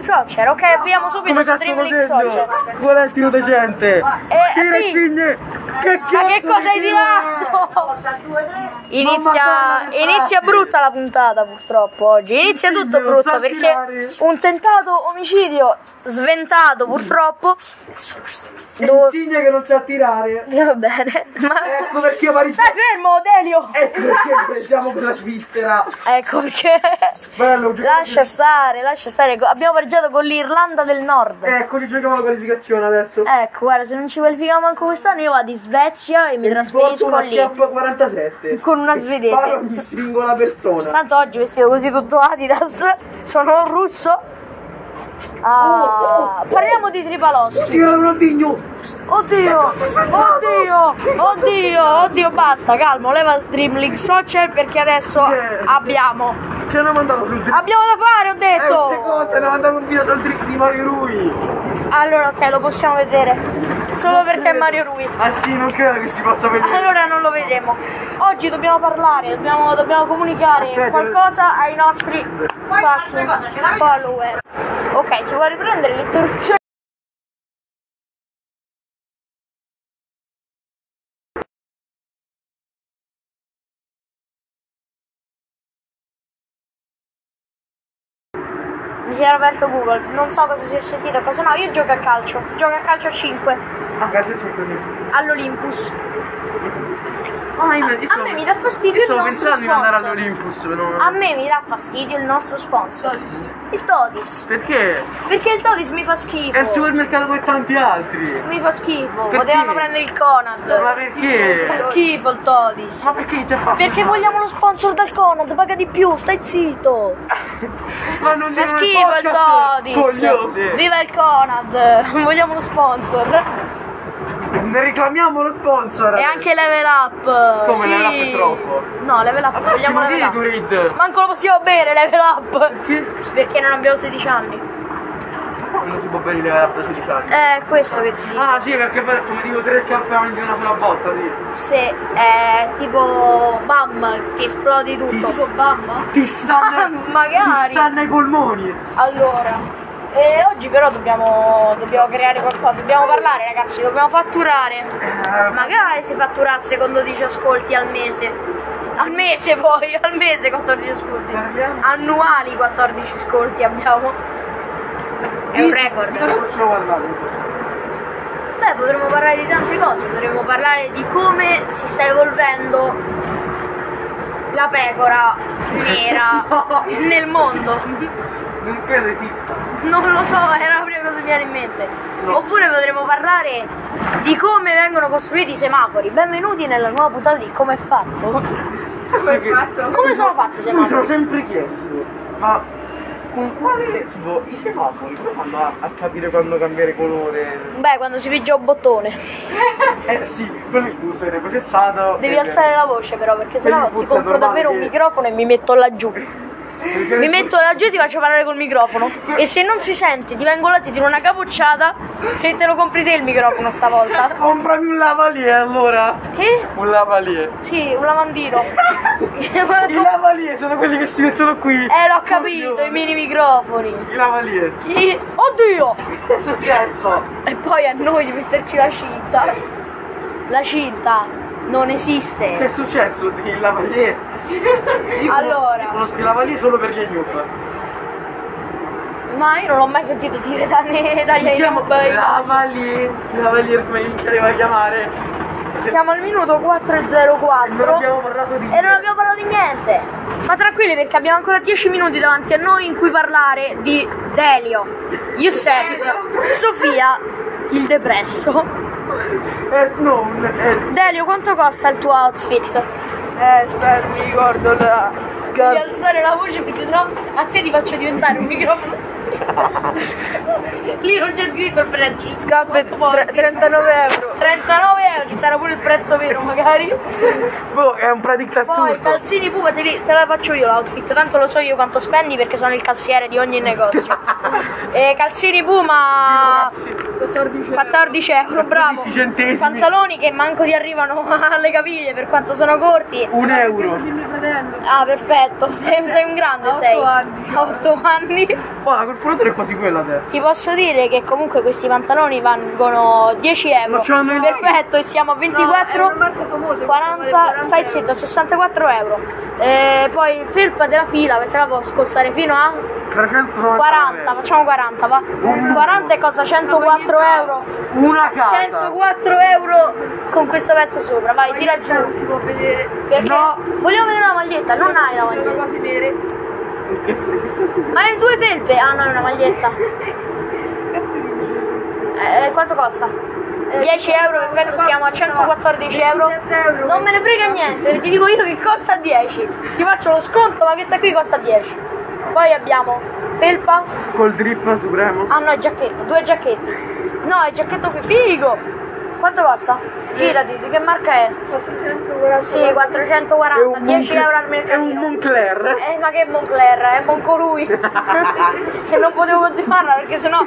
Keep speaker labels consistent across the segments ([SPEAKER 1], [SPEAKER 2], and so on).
[SPEAKER 1] Solskjaer. Ok, avviamo subito
[SPEAKER 2] Come
[SPEAKER 1] su
[SPEAKER 2] cazzo
[SPEAKER 1] Dream
[SPEAKER 2] lo oh?
[SPEAKER 1] League
[SPEAKER 2] segno?
[SPEAKER 1] Solskjaer.
[SPEAKER 2] Qual è il tiro decente? Tira
[SPEAKER 1] Eh, sì.
[SPEAKER 2] il cigne! Che
[SPEAKER 1] Ma
[SPEAKER 2] cazzo
[SPEAKER 1] che
[SPEAKER 2] di
[SPEAKER 1] cosa hai
[SPEAKER 2] tiro è?
[SPEAKER 1] tirato?
[SPEAKER 2] Madonna,
[SPEAKER 1] Inizia,
[SPEAKER 2] che
[SPEAKER 1] inizia
[SPEAKER 2] facile.
[SPEAKER 1] brutta la puntata purtroppo oggi, inizia
[SPEAKER 2] Sì,
[SPEAKER 1] tutto
[SPEAKER 2] non
[SPEAKER 1] brutto
[SPEAKER 2] sa
[SPEAKER 1] perché
[SPEAKER 2] tirare.
[SPEAKER 1] un tentato omicidio sventato purtroppo.
[SPEAKER 2] Il
[SPEAKER 1] Dove-
[SPEAKER 2] cigne che non sa tirare.
[SPEAKER 1] Va bene, ma...
[SPEAKER 2] Ecco perché Parigi.
[SPEAKER 1] Stai fermo, Delio!
[SPEAKER 2] Ecco perché pareggiamo con la Svizzera.
[SPEAKER 1] Ecco perché...
[SPEAKER 2] Bello, giocavamo-
[SPEAKER 1] Lascia stare, lascia stare. Abbiamo pareggiato con l'Irlanda del Nord.
[SPEAKER 2] Ecco, li giochiamo la qualificazione adesso.
[SPEAKER 1] Ecco, guarda, se non ci qualifichiamo anche quest'anno io vado in Svezia e mi
[SPEAKER 2] Porto
[SPEAKER 1] trasferisco
[SPEAKER 2] una
[SPEAKER 1] lì.
[SPEAKER 2] K47.
[SPEAKER 1] Con una
[SPEAKER 2] E
[SPEAKER 1] svedese.
[SPEAKER 2] Sparo ogni singola persona.
[SPEAKER 1] Tanto oggi vestito così tutto Adidas, sono un russo.
[SPEAKER 2] Oh,
[SPEAKER 1] Ah, parliamo di Tripaloschi.
[SPEAKER 2] Io non lo digno.
[SPEAKER 1] Oddio, oddio, oddio, oddio, basta, calmo, leva il Dream League Soccer perché adesso
[SPEAKER 2] Eh.
[SPEAKER 1] abbiamo.
[SPEAKER 2] Che hanno mandato sul dritto.
[SPEAKER 1] Abbiamo da fare, ho
[SPEAKER 2] Eh, un
[SPEAKER 1] detto!
[SPEAKER 2] secondo, hanno mandato un video sul trick di Mario Rui.
[SPEAKER 1] Allora, ok, lo possiamo vedere. Solo
[SPEAKER 2] Eh,
[SPEAKER 1] perché è Mario Rui.
[SPEAKER 2] Ah sì, non credo che si possa vedere.
[SPEAKER 1] Allora non lo vedremo. Oggi dobbiamo parlare, dobbiamo, dobbiamo comunicare
[SPEAKER 2] Aspetta.
[SPEAKER 1] qualcosa ai nostri fucking follower. Ok, si può riprendere l'interruzione. Mi si era aperto Google, non so cosa si è sentito, cosa no, io gioco a calcio, gioco a calcio a 5
[SPEAKER 2] Ah, grazie c'è così.
[SPEAKER 1] all'Olympus.
[SPEAKER 2] Ah, io- io
[SPEAKER 1] A me mi dà fastidio
[SPEAKER 2] io
[SPEAKER 1] il
[SPEAKER 2] stavo
[SPEAKER 1] nostro
[SPEAKER 2] pensando di andare
[SPEAKER 1] sponsor.
[SPEAKER 2] all'Olympus, però.
[SPEAKER 1] A me mi dà fastidio il nostro sponsor. Il Todis.
[SPEAKER 2] Perché?
[SPEAKER 1] Perché il Todis mi fa schifo.
[SPEAKER 2] È un supermercato come tanti altri.
[SPEAKER 1] Mi fa schifo.
[SPEAKER 2] Perché?
[SPEAKER 1] Potevano prendere il
[SPEAKER 2] Ma
[SPEAKER 1] Conad. Fa
[SPEAKER 2] perché?
[SPEAKER 1] schifo il Todis.
[SPEAKER 2] Ma perché già fa?
[SPEAKER 1] Perché vogliamo lo sponsor dal Conad, paga di più, stai zitto.
[SPEAKER 2] Ma non
[SPEAKER 1] Fa
[SPEAKER 2] devono-
[SPEAKER 1] schifo il
[SPEAKER 2] Porca-
[SPEAKER 1] Todis.
[SPEAKER 2] Coglione.
[SPEAKER 1] Viva il Conad. Vogliamo lo sponsor.
[SPEAKER 2] Ne reclamiamo lo sponsor.
[SPEAKER 1] E anche level up.
[SPEAKER 2] Come,
[SPEAKER 1] sì.
[SPEAKER 2] Level Up è troppo?
[SPEAKER 1] No, level up,
[SPEAKER 2] Ma
[SPEAKER 1] vogliamo
[SPEAKER 2] prossimo
[SPEAKER 1] level up.
[SPEAKER 2] Gatorade.
[SPEAKER 1] Manco lo possiamo bere, level up.
[SPEAKER 2] Che?
[SPEAKER 1] Perché non abbiamo 16 anni.
[SPEAKER 2] Ma Non si può bere la da 16 anni.
[SPEAKER 1] È questo che ti dico.
[SPEAKER 2] Ah sì, perché poi, come dico tre caffè di una sola botta, sì.
[SPEAKER 1] Se è tipo bam, ti esplodi tutto.
[SPEAKER 2] Ti-
[SPEAKER 1] Tipo bam?
[SPEAKER 2] Ti stanno.
[SPEAKER 1] Ah, magari.
[SPEAKER 2] Ti stanno ai polmoni.
[SPEAKER 1] Allora. E oggi però dobbiamo, dobbiamo creare qualcosa, dobbiamo parlare ragazzi, dobbiamo fatturare.
[SPEAKER 2] Eh,
[SPEAKER 1] Magari si fatturasse con 12 ascolti al mese. Al mese poi, al mese 14 ascolti.
[SPEAKER 2] Parliamo.
[SPEAKER 1] Annuali 14 ascolti abbiamo. È un record.
[SPEAKER 2] Di cosa possiamo parlare? in questo?
[SPEAKER 1] Beh, potremmo parlare di tante cose, potremmo parlare di come si sta evolvendo la pecora nera
[SPEAKER 2] No.
[SPEAKER 1] nel mondo.
[SPEAKER 2] Non credo esista.
[SPEAKER 1] Non lo so, era la prima cosa che mi viene in mente. Oppure potremmo parlare di come vengono costruiti i semafori. Benvenuti nella nuova puntata di come è fatto.
[SPEAKER 2] Sì che-
[SPEAKER 1] Come sono fatti i
[SPEAKER 2] Io mi sono
[SPEAKER 1] semafori?
[SPEAKER 2] sempre chiesto, ma con quale tipo i semafori come fanno a, a capire quando cambiare colore?
[SPEAKER 1] Beh, quando si pigia un bottone.
[SPEAKER 2] Eh sì, quello il pulso viene processato. eh,
[SPEAKER 1] Devi alzare la voce però, perché sennò ti
[SPEAKER 2] Impulso
[SPEAKER 1] compro
[SPEAKER 2] normale
[SPEAKER 1] davvero un
[SPEAKER 2] che-
[SPEAKER 1] microfono e mi metto laggiù.
[SPEAKER 2] la
[SPEAKER 1] Mi metto laggiù e ti faccio parlare col microfono. E se non si sente, ti vengo là, ti tiro una capocciata e te lo compri te il microfono stavolta.
[SPEAKER 2] Comprami un lavalier allora!
[SPEAKER 1] Che?
[SPEAKER 2] Un lavalier!
[SPEAKER 1] Sì, un lavandino.
[SPEAKER 2] I lavalier sono quelli che si mettono qui!
[SPEAKER 1] Eh, l'ho capito, i mini microfoni.
[SPEAKER 2] I lavalier!
[SPEAKER 1] Sì. Oddio!
[SPEAKER 2] Che è successo?
[SPEAKER 1] E poi a noi di metterci la cinta. La cinta non
[SPEAKER 2] Che è
[SPEAKER 1] esiste.
[SPEAKER 2] successo di il lavalier? Io
[SPEAKER 1] Allora.
[SPEAKER 2] conosco il lavalier solo per gli noob.
[SPEAKER 1] Ma io non l'ho mai sentito dire da né dagli
[SPEAKER 2] Si chiama
[SPEAKER 1] YouTube.
[SPEAKER 2] lavalier! Lavalier come minchia deve chiamare? Se-
[SPEAKER 1] Siamo al minuto
[SPEAKER 2] Non
[SPEAKER 1] 404.
[SPEAKER 2] abbiamo parlato di
[SPEAKER 1] E non abbiamo parlato di niente. Ma tranquilli perché abbiamo ancora 10 minuti davanti a noi in cui parlare di Delio, Youssef, Sofia, il depresso.
[SPEAKER 2] Eh, Snow, eh,
[SPEAKER 1] Delio, quanto costa il tuo outfit?
[SPEAKER 2] eh, spero, mi ricordo la
[SPEAKER 1] Devi
[SPEAKER 2] scarpa.
[SPEAKER 1] alzare la voce perché sennò a te ti faccio diventare un microfono. Lì non c'è scritto il prezzo, c'è scritto quanto porti.
[SPEAKER 2] 39 euro.
[SPEAKER 1] 39 euro, ci sarà pure il prezzo vero magari.
[SPEAKER 2] Boh, è un predict
[SPEAKER 1] Poi
[SPEAKER 2] assurdo.
[SPEAKER 1] calzini pupa te, li- te la faccio io l'outfit, tanto lo so io quanto spendi perché sono il cassiere di ogni negozio. e calzini puma 14 euro, bravo.
[SPEAKER 2] 14 centesimi.
[SPEAKER 1] Pantaloni che manco ti arrivano alle caviglie per quanto sono corti.
[SPEAKER 2] Un euro.
[SPEAKER 3] di mio fratello.
[SPEAKER 1] Ah, perfetto, sei, sei un grande,
[SPEAKER 3] A otto
[SPEAKER 1] sei.
[SPEAKER 3] anni.
[SPEAKER 1] A 8 anni.
[SPEAKER 2] Oh, la calcolatrice mettere quasi quella te.
[SPEAKER 1] Ti posso dire che comunque questi pantaloni vanno 10 euro.
[SPEAKER 2] Ma ce l'hanno in mano?
[SPEAKER 1] Perfetto, e siamo a 24.
[SPEAKER 3] No, è una marca famosa,
[SPEAKER 1] 40,
[SPEAKER 3] quindi vale 40
[SPEAKER 1] stai
[SPEAKER 3] euro.
[SPEAKER 1] zitto, 64 euro. E poi felpa della fila, questa la può costare fino a
[SPEAKER 2] 390
[SPEAKER 1] 40,
[SPEAKER 2] euro.
[SPEAKER 1] facciamo 40, va. 40 e costa 104 euro.
[SPEAKER 2] Una casa.
[SPEAKER 1] 104 euro con questo pezzo sopra, vai,
[SPEAKER 3] Poi
[SPEAKER 1] tira
[SPEAKER 3] in realtà
[SPEAKER 1] giù.
[SPEAKER 3] non cioè, si può vedere.
[SPEAKER 1] Perché
[SPEAKER 2] No.
[SPEAKER 1] vogliamo vedere la maglietta, non hai la
[SPEAKER 3] Sono
[SPEAKER 1] maglietta.
[SPEAKER 3] cose nere.
[SPEAKER 2] Che schifo.
[SPEAKER 1] Ma hai due felpe? Ah no, è una maglietta.
[SPEAKER 3] Cazzo di
[SPEAKER 1] Eh, quanto costa? Eh, 10 euro, perfetto, siamo a 114 euro.
[SPEAKER 3] 17 euro
[SPEAKER 1] Non me ne frega niente, ti dico io che costa 10. Ti faccio lo sconto, ma questa qui costa 10. Poi abbiamo felpa,
[SPEAKER 2] Col drip supremo.
[SPEAKER 1] ah no, è giacchetto, due giacchetti. No, è giacchetto fi- figo. Quanto costa? Girati, di che marca è?
[SPEAKER 3] 440
[SPEAKER 1] Sì,
[SPEAKER 2] È
[SPEAKER 1] 440,
[SPEAKER 2] un
[SPEAKER 1] 10
[SPEAKER 2] Moncle-
[SPEAKER 1] euro al
[SPEAKER 2] È un
[SPEAKER 1] mercatino.
[SPEAKER 2] Moncler.
[SPEAKER 1] Eh, ma che Moncler, è Moncolui. e non potevo continuarla perché sennò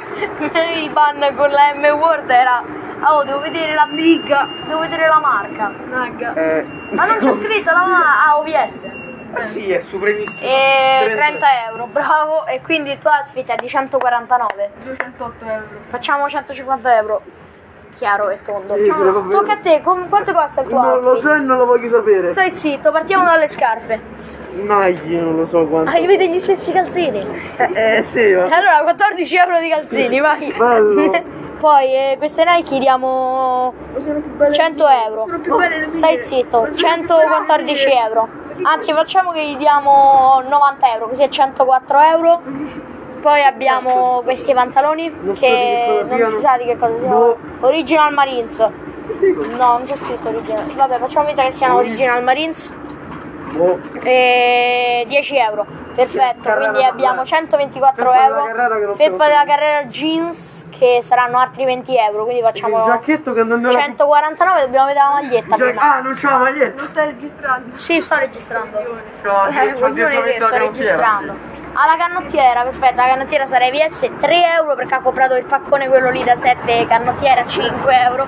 [SPEAKER 1] il ban con la M Word era. "Ah, Oh, devo vedere la big, devo vedere la marca.
[SPEAKER 3] Nagga.
[SPEAKER 2] Eh,
[SPEAKER 1] Ma non c'è scritto la marca ah, OVS.
[SPEAKER 2] Eh sì, è supremissimo.
[SPEAKER 1] E 30 euro, bravo. E quindi il tuo outfit è di 149.
[SPEAKER 3] 208 euro.
[SPEAKER 1] Facciamo 150 euro. Chiaro e tondo.
[SPEAKER 2] Sì, sì, va bene.
[SPEAKER 1] Tocca a te, com- quanto costa il tuo
[SPEAKER 2] Non lo
[SPEAKER 1] outfit?
[SPEAKER 2] so e non lo voglio sapere.
[SPEAKER 1] Stai zitto, partiamo dalle scarpe.
[SPEAKER 2] No, io non lo so quanto.
[SPEAKER 1] Ah, vedi gli stessi calzini.
[SPEAKER 2] Eh, eh, sì, ma...
[SPEAKER 1] Allora, 14 euro di calzini, vai.
[SPEAKER 2] Bello.
[SPEAKER 1] Poi eh, queste Nike diamo
[SPEAKER 3] Sono più belle
[SPEAKER 1] 100 euro.
[SPEAKER 3] Sono più belle le mie.
[SPEAKER 1] Stai zitto, 114 euro. Anzi, facciamo che gli diamo 90 euro, così è 104 euro. Poi abbiamo questi pantaloni
[SPEAKER 2] Ecco. Non so di che
[SPEAKER 1] che
[SPEAKER 2] cosa
[SPEAKER 1] non si
[SPEAKER 2] siano.
[SPEAKER 1] sa di che cosa siano.
[SPEAKER 2] Boh.
[SPEAKER 1] Original Marines. No, non c'è scritto original. Vabbè, facciamo finta che siano Original Marines.
[SPEAKER 2] Boh.
[SPEAKER 1] E 10 Eh, euro. Perfetto,
[SPEAKER 2] Carrera
[SPEAKER 1] quindi
[SPEAKER 2] da-
[SPEAKER 1] abbiamo 124
[SPEAKER 2] felpa della carrera che
[SPEAKER 1] euro.
[SPEAKER 2] non
[SPEAKER 1] Felpa
[SPEAKER 2] so-
[SPEAKER 1] della carrera jeans che saranno altri 20 euro, quindi
[SPEAKER 2] Il
[SPEAKER 1] facciamo
[SPEAKER 2] giacchetto che andando alla...
[SPEAKER 1] 149, dobbiamo vedere la maglietta
[SPEAKER 2] Giac-
[SPEAKER 1] prima.
[SPEAKER 2] Ah, non c'ho la maglietta.
[SPEAKER 3] Non stai registrando.
[SPEAKER 1] Sì, sto registrando.
[SPEAKER 2] Cioè, C'ho,
[SPEAKER 1] Eh, coglione
[SPEAKER 2] c'ho
[SPEAKER 1] che
[SPEAKER 2] direttamente la
[SPEAKER 1] sto registrando.
[SPEAKER 2] canottiera.
[SPEAKER 1] Alla canottiera, perfetto, la canottiera sarà EVS 3 euro perché ha comprato il paccone quello lì da 7 canottiera 5 euro.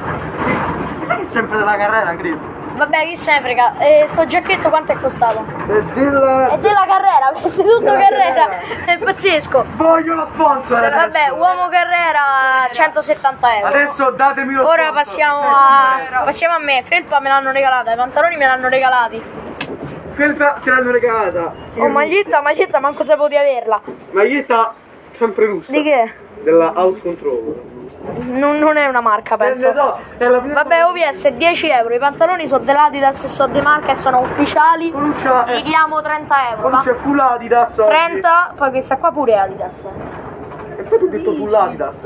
[SPEAKER 2] Mi sa che è sempre della carrera, credo.
[SPEAKER 1] Vabbè, chi se ne frega. E sto giacchetto quanto è costato?
[SPEAKER 2] È della...
[SPEAKER 1] È della Carrera, questo è tutto
[SPEAKER 2] Della
[SPEAKER 1] Carrera.
[SPEAKER 2] Carrera.
[SPEAKER 1] È pazzesco.
[SPEAKER 2] Voglio lo sponsor adesso.
[SPEAKER 1] Vabbè, uomo Carrera 170 euro.
[SPEAKER 2] Adesso datemi lo
[SPEAKER 1] Ora
[SPEAKER 2] sponsor.
[SPEAKER 1] passiamo a, passiamo a me. Felpa me l'hanno regalata, i pantaloni me l'hanno regalati.
[SPEAKER 2] Eh, Felpa te l'hanno regalata.
[SPEAKER 1] Ho
[SPEAKER 2] Io-
[SPEAKER 1] maglietta, maglietta, manco sapevo di averla.
[SPEAKER 2] Maglietta sempre russa.
[SPEAKER 1] Di che?
[SPEAKER 2] Della Out Control.
[SPEAKER 1] Non, non è una marca, penso.
[SPEAKER 2] Eh, ne so, è la prima
[SPEAKER 1] Vabbè, oh. OVS 10 euro. I pantaloni sono dell'Adidas e sono di marca e sono ufficiali.
[SPEAKER 2] Con uscia...
[SPEAKER 1] Gli diamo 30 euro.
[SPEAKER 2] Con
[SPEAKER 1] va?
[SPEAKER 2] uscia eh, full Adidas. oggi.
[SPEAKER 1] 30, poi questa qua pure è Adidas.
[SPEAKER 2] E poi ti ho detto full Adidas.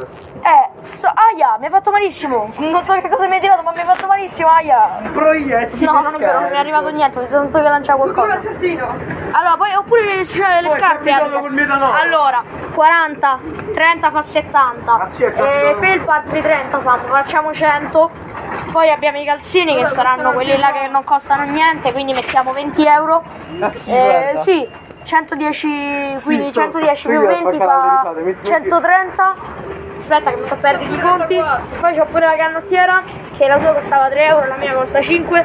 [SPEAKER 1] Eh, sto, aia, mi ha fatto malissimo. Non so che cosa mi hai tirato, ma mi ha fatto malissimo, aia.
[SPEAKER 2] Proiettili.
[SPEAKER 1] No, non è vero, non mi è
[SPEAKER 2] scarico.
[SPEAKER 1] arrivato niente, mi sono dovuto che lanciare
[SPEAKER 3] Qualcuno
[SPEAKER 1] qualcosa.
[SPEAKER 3] assassino.
[SPEAKER 1] Allora, poi oppure le, cioè, le
[SPEAKER 2] Poi
[SPEAKER 1] scarpe.
[SPEAKER 2] capitano
[SPEAKER 1] Adidas.
[SPEAKER 2] col metanolo.
[SPEAKER 1] Allora, 40, 30 fa 70.
[SPEAKER 2] Ma Ah, sì, è
[SPEAKER 1] e
[SPEAKER 2] capitano.
[SPEAKER 1] felpa altri 30 fa, facciamo 100. Poi abbiamo i calzini che
[SPEAKER 3] Allora,
[SPEAKER 1] saranno
[SPEAKER 3] costano
[SPEAKER 1] quelli là che non costano niente, quindi mettiamo 20 euro.
[SPEAKER 2] Ah, sì,
[SPEAKER 1] Eh,
[SPEAKER 2] guarda.
[SPEAKER 1] sì, 110, quindi
[SPEAKER 2] sto-
[SPEAKER 1] 110
[SPEAKER 2] sto
[SPEAKER 1] più
[SPEAKER 2] io a
[SPEAKER 1] 20
[SPEAKER 2] far parlare
[SPEAKER 1] fa
[SPEAKER 2] le risate, metti-
[SPEAKER 1] 130. Aspetta che mi fa perdere i conti. Poi c'ho pure la canottiera che la sua costava 3 euro, la mia costa 5.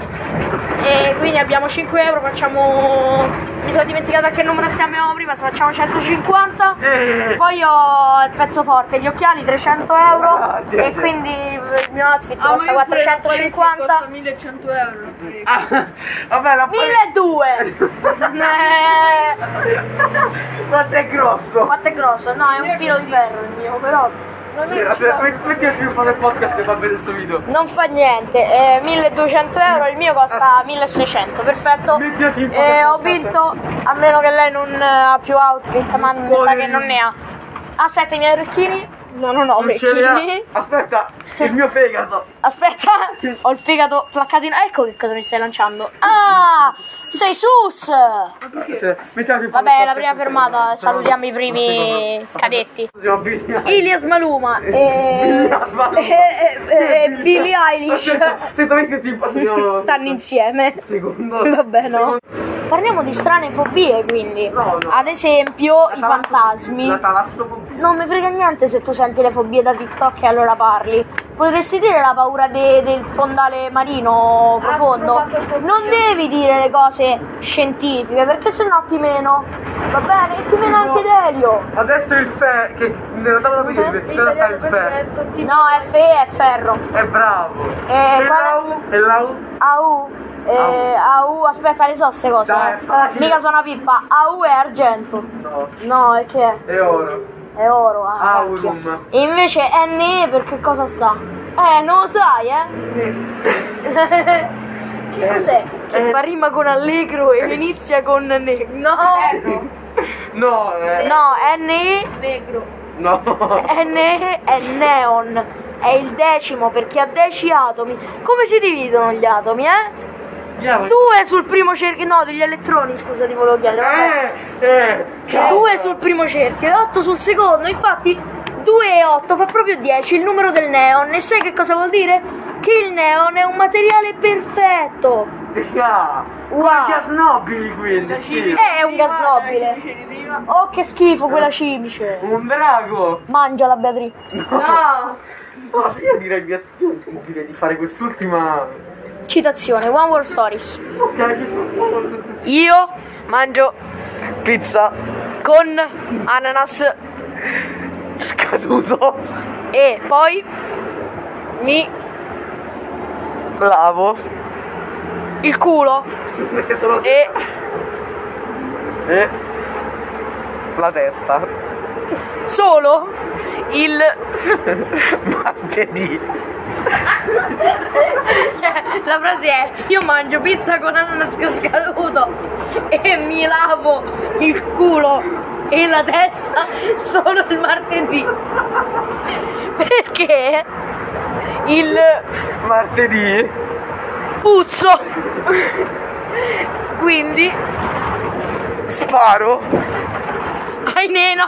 [SPEAKER 1] E quindi abbiamo 5 euro, facciamo... Mi sono dimenticata a che numero stiamo prima, se facciamo 150.
[SPEAKER 2] Eh.
[SPEAKER 1] Poi ho il pezzo forte, gli occhiali 300 euro.
[SPEAKER 2] Ah, Dio,
[SPEAKER 1] e
[SPEAKER 2] Dio.
[SPEAKER 1] quindi il mio outfit
[SPEAKER 3] Ah, ma
[SPEAKER 1] costa
[SPEAKER 3] io pure la qualità
[SPEAKER 1] 450.
[SPEAKER 3] Costa 1100 euro. l'ho presa.
[SPEAKER 2] Ah, vabbè, la pre-
[SPEAKER 1] 1200 eh,
[SPEAKER 2] Quanto è grosso?
[SPEAKER 1] quanto è grosso? No, è un filo di ferro il mio, però
[SPEAKER 3] Non
[SPEAKER 2] Eh, vabbè,
[SPEAKER 3] è riuscito.
[SPEAKER 2] met- Metti a film del podcast e fa vedere questo video.
[SPEAKER 1] non fa niente. Eh, 1200 euro, il mio costa 1600, perfetto.
[SPEAKER 2] Ah. Mettiti in
[SPEAKER 1] E ho
[SPEAKER 2] podcast.
[SPEAKER 1] vinto, a meno che lei non eh, ha più outfit, ma mi sa che non ne ha. Aspetta, i miei orecchini? No, non ho
[SPEAKER 2] Non ce li
[SPEAKER 1] orecchini.
[SPEAKER 2] ha. Aspetta, il mio fegato.
[SPEAKER 1] Aspetta, ho il fegato placcato in... Ecco che cosa mi stai lanciando. Ah, sei sus!
[SPEAKER 2] Cioè, mettiamo in
[SPEAKER 1] Vabbè,
[SPEAKER 2] podcast
[SPEAKER 1] la prima
[SPEAKER 2] questo
[SPEAKER 1] fermata,
[SPEAKER 2] video.
[SPEAKER 1] salutiamo i primi
[SPEAKER 2] Secondo-
[SPEAKER 1] cadetti. Eh,
[SPEAKER 2] Siamo abili-
[SPEAKER 1] Ilias Maluma e,
[SPEAKER 2] Ilias Maluma.
[SPEAKER 1] e, e- e eh, Billie Eilish
[SPEAKER 2] Aspetta, Se dovessi tipo... no, no, no.
[SPEAKER 1] stanno insieme.
[SPEAKER 2] Secondo...
[SPEAKER 1] Vabbè, no.
[SPEAKER 2] secondo-
[SPEAKER 1] Parliamo di strane fobie quindi.
[SPEAKER 2] No, no.
[SPEAKER 1] Ad esempio i
[SPEAKER 2] talasso-
[SPEAKER 1] fantasmi.
[SPEAKER 2] La talassofobia.
[SPEAKER 1] Non mi frega niente se tu senti le fobie da TikTok e allora parli. Potresti dire la paura de- del fondale marino profondo.
[SPEAKER 3] stromatofobia.
[SPEAKER 1] Non devi dire le cose scientifiche perché sennò ti meno. Va bene, ti meno anche Delio.
[SPEAKER 2] Adesso il fe che nella tavola di
[SPEAKER 1] Mhm.
[SPEAKER 2] perché dove sta il fe?
[SPEAKER 3] perfetto, tipo
[SPEAKER 1] No, F è ferro.
[SPEAKER 2] È bravo.
[SPEAKER 1] Eh,
[SPEAKER 2] e
[SPEAKER 1] qual-
[SPEAKER 2] la U? E la U?
[SPEAKER 1] AU. Eh, AU, aspetta, le so ste cose.
[SPEAKER 2] Dai,
[SPEAKER 1] eh.
[SPEAKER 2] è facile.
[SPEAKER 1] Mica sono una pippa. AU è argento.
[SPEAKER 2] No.
[SPEAKER 1] No, è che è?
[SPEAKER 2] E oro.
[SPEAKER 1] È oro. ah,
[SPEAKER 2] Aurum.
[SPEAKER 1] cacchio. E invece NE per che cosa sta? Eh, non lo sai, eh? che cos'è? Che fa rima con allegro e inizia con ne. Eh, No!
[SPEAKER 2] No, eh.
[SPEAKER 1] No, NE,
[SPEAKER 3] negro.
[SPEAKER 2] No.
[SPEAKER 1] NE è neon. È il decimo perché ha 10 atomi. Come si dividono gli atomi, eh?
[SPEAKER 2] Andiamo.
[SPEAKER 1] Due sul primo cerchio. No, degli elettroni, scusa, ti volevo chiedere. vabbè.
[SPEAKER 2] Eh, eh. cazzo.
[SPEAKER 1] 2 sul primo cerchio e 8 sul secondo, infatti 2 e 8 fa proprio 10 il numero del neon e sai che cosa vuol dire? Che il neon è un materiale perfetto.
[SPEAKER 2] Ah.
[SPEAKER 1] Wow.
[SPEAKER 2] Che snobili quindi, sì.
[SPEAKER 1] È un gas
[SPEAKER 3] Prima,
[SPEAKER 1] nobile.
[SPEAKER 3] Eh, dicevi di prima.
[SPEAKER 1] Oh che schifo quella cimice.
[SPEAKER 2] Un drago.
[SPEAKER 1] Mangiala Beatrice.
[SPEAKER 3] No,
[SPEAKER 2] Ma se io direi di, io direi di fare quest'ultima.
[SPEAKER 1] Citazione, One World Stories.
[SPEAKER 2] Ok, questo.
[SPEAKER 1] Io mangio
[SPEAKER 2] Pizza
[SPEAKER 1] con ananas
[SPEAKER 2] scaduto.
[SPEAKER 1] e poi mi
[SPEAKER 2] Lavo.
[SPEAKER 1] il culo
[SPEAKER 2] Perché sono
[SPEAKER 1] e
[SPEAKER 2] E Eh? la testa.
[SPEAKER 1] solo il
[SPEAKER 2] Martedì.
[SPEAKER 1] La frase è io mangio pizza con ananas scaduto e mi lavo il culo e la testa solo il martedì. Perché il
[SPEAKER 2] Martedì.
[SPEAKER 1] puzzo. Quindi
[SPEAKER 2] Sparo.
[SPEAKER 1] ai ne no.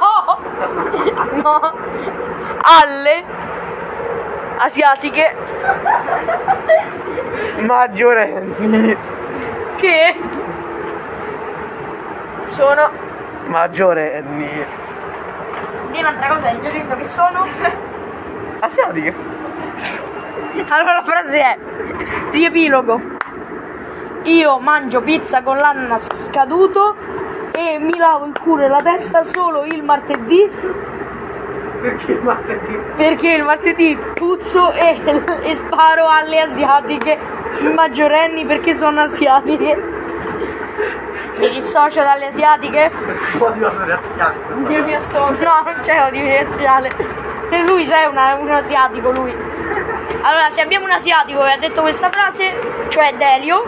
[SPEAKER 1] No. Alle asiatiche
[SPEAKER 2] Maggiorenni.
[SPEAKER 1] che sono
[SPEAKER 2] Maggiorenni.
[SPEAKER 1] Dì un'altra cosa, hai già detto che sono
[SPEAKER 2] Asiatiche.
[SPEAKER 1] Allora la frase è Riepilogo Io mangio pizza con l'ananas scaduto E mi lavo il culo e la testa solo il martedì
[SPEAKER 2] Perché martedì?
[SPEAKER 1] Perché il martedì puzzo e, e sparo alle asiatiche Maggiorenni perché sono asiatiche mi dissocio dalle asiatiche?
[SPEAKER 2] Odio sono asiatiche.
[SPEAKER 1] Io mi associo. No, non c'è odio razziale. E lui sai è una- un asiatico lui. Allora, se abbiamo un asiatico che ha detto questa frase, cioè Delio,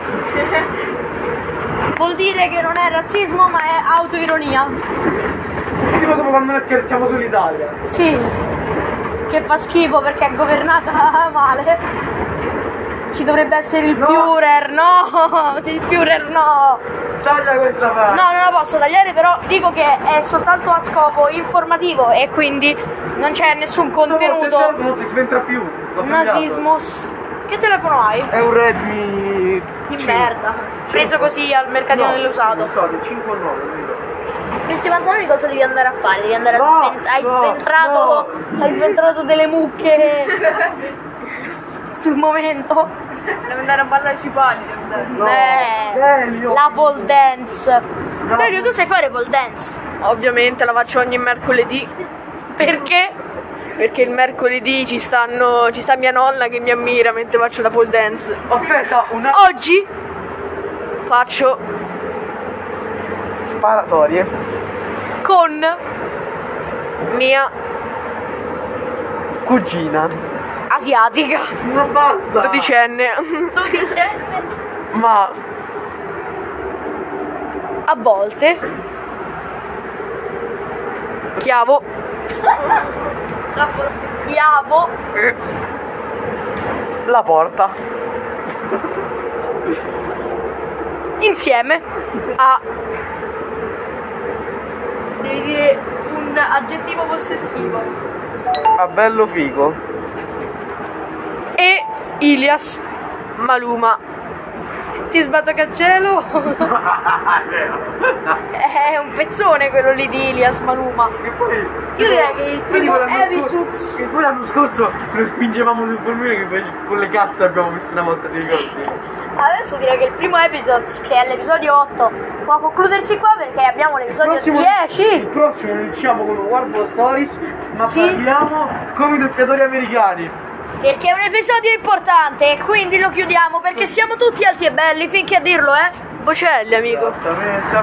[SPEAKER 1] vuol dire che non è razzismo ma è autoironia.
[SPEAKER 2] Tipo come quando noi scherziamo sull'Italia.
[SPEAKER 1] Sì. Che fa schifo perché è governata male. Ci dovrebbe essere il
[SPEAKER 2] No.
[SPEAKER 1] Führer, no! Il Führer no!
[SPEAKER 2] Taglia questa parte.
[SPEAKER 1] No, non la posso tagliare, però dico che è soltanto a scopo informativo e quindi non c'è nessun contenuto.
[SPEAKER 2] Non si sventra più. L'ho cambiato.
[SPEAKER 1] Nazismo. Che telefono hai?
[SPEAKER 2] È un
[SPEAKER 1] Di
[SPEAKER 2] Redmi. cinque.
[SPEAKER 1] merda. Preso così al mercatino
[SPEAKER 2] No,
[SPEAKER 1] dell'usato.
[SPEAKER 2] Non so, del 5 o 9, credo.
[SPEAKER 1] Questi pantaloni cosa devi andare a fare? Devi andare a
[SPEAKER 2] No,
[SPEAKER 1] sven- hai
[SPEAKER 2] no,
[SPEAKER 1] sventrato. Hai sventrato delle mucche sul momento.
[SPEAKER 3] devo andare a ballare sui pali, devo andare.
[SPEAKER 2] No.
[SPEAKER 1] Eh,
[SPEAKER 2] Delio.
[SPEAKER 1] La pole dance. Delio, tu sai fare pole dance?
[SPEAKER 4] Ovviamente la faccio ogni mercoledì
[SPEAKER 1] Perché?
[SPEAKER 4] perché il mercoledì ci, stanno, ci sta mia nonna che mi ammira mentre faccio la pole dance.
[SPEAKER 2] Aspetta, una
[SPEAKER 4] Oggi faccio
[SPEAKER 2] sparatorie.
[SPEAKER 4] con mia
[SPEAKER 2] Cugina.
[SPEAKER 1] Asiatica.
[SPEAKER 2] Ma basta.
[SPEAKER 4] dodicenne.
[SPEAKER 2] Ma
[SPEAKER 1] A volte.
[SPEAKER 4] Chiavo
[SPEAKER 1] Chiavo.
[SPEAKER 2] la porta.
[SPEAKER 1] Insieme a. Devi dire un aggettivo possessivo.
[SPEAKER 2] A Ah, bello figo.
[SPEAKER 4] e Ilias Maluma
[SPEAKER 1] Ti sbatto che cielo. È un pezzone quello lì di Ilias Maluma.
[SPEAKER 2] Che poi. Io
[SPEAKER 1] direi che il primo Evisux-
[SPEAKER 2] Che poi l'anno scorso lo spingevamo sul formino che poi con le cazzo abbiamo messo una volta di ricordi.
[SPEAKER 1] Adesso direi che il primo episodio, che è l'episodio 8, può concludersi qua perché abbiamo l'episodio 10.
[SPEAKER 2] il prossimo lo iniziamo con World Stories, ma
[SPEAKER 1] Sì.
[SPEAKER 2] parliamo come i doppiatori americani.
[SPEAKER 1] Perché è un episodio importante e quindi lo chiudiamo perché siamo tutti alti e belli finché a dirlo, eh.
[SPEAKER 4] Bocelli, amico.
[SPEAKER 2] Esattamente.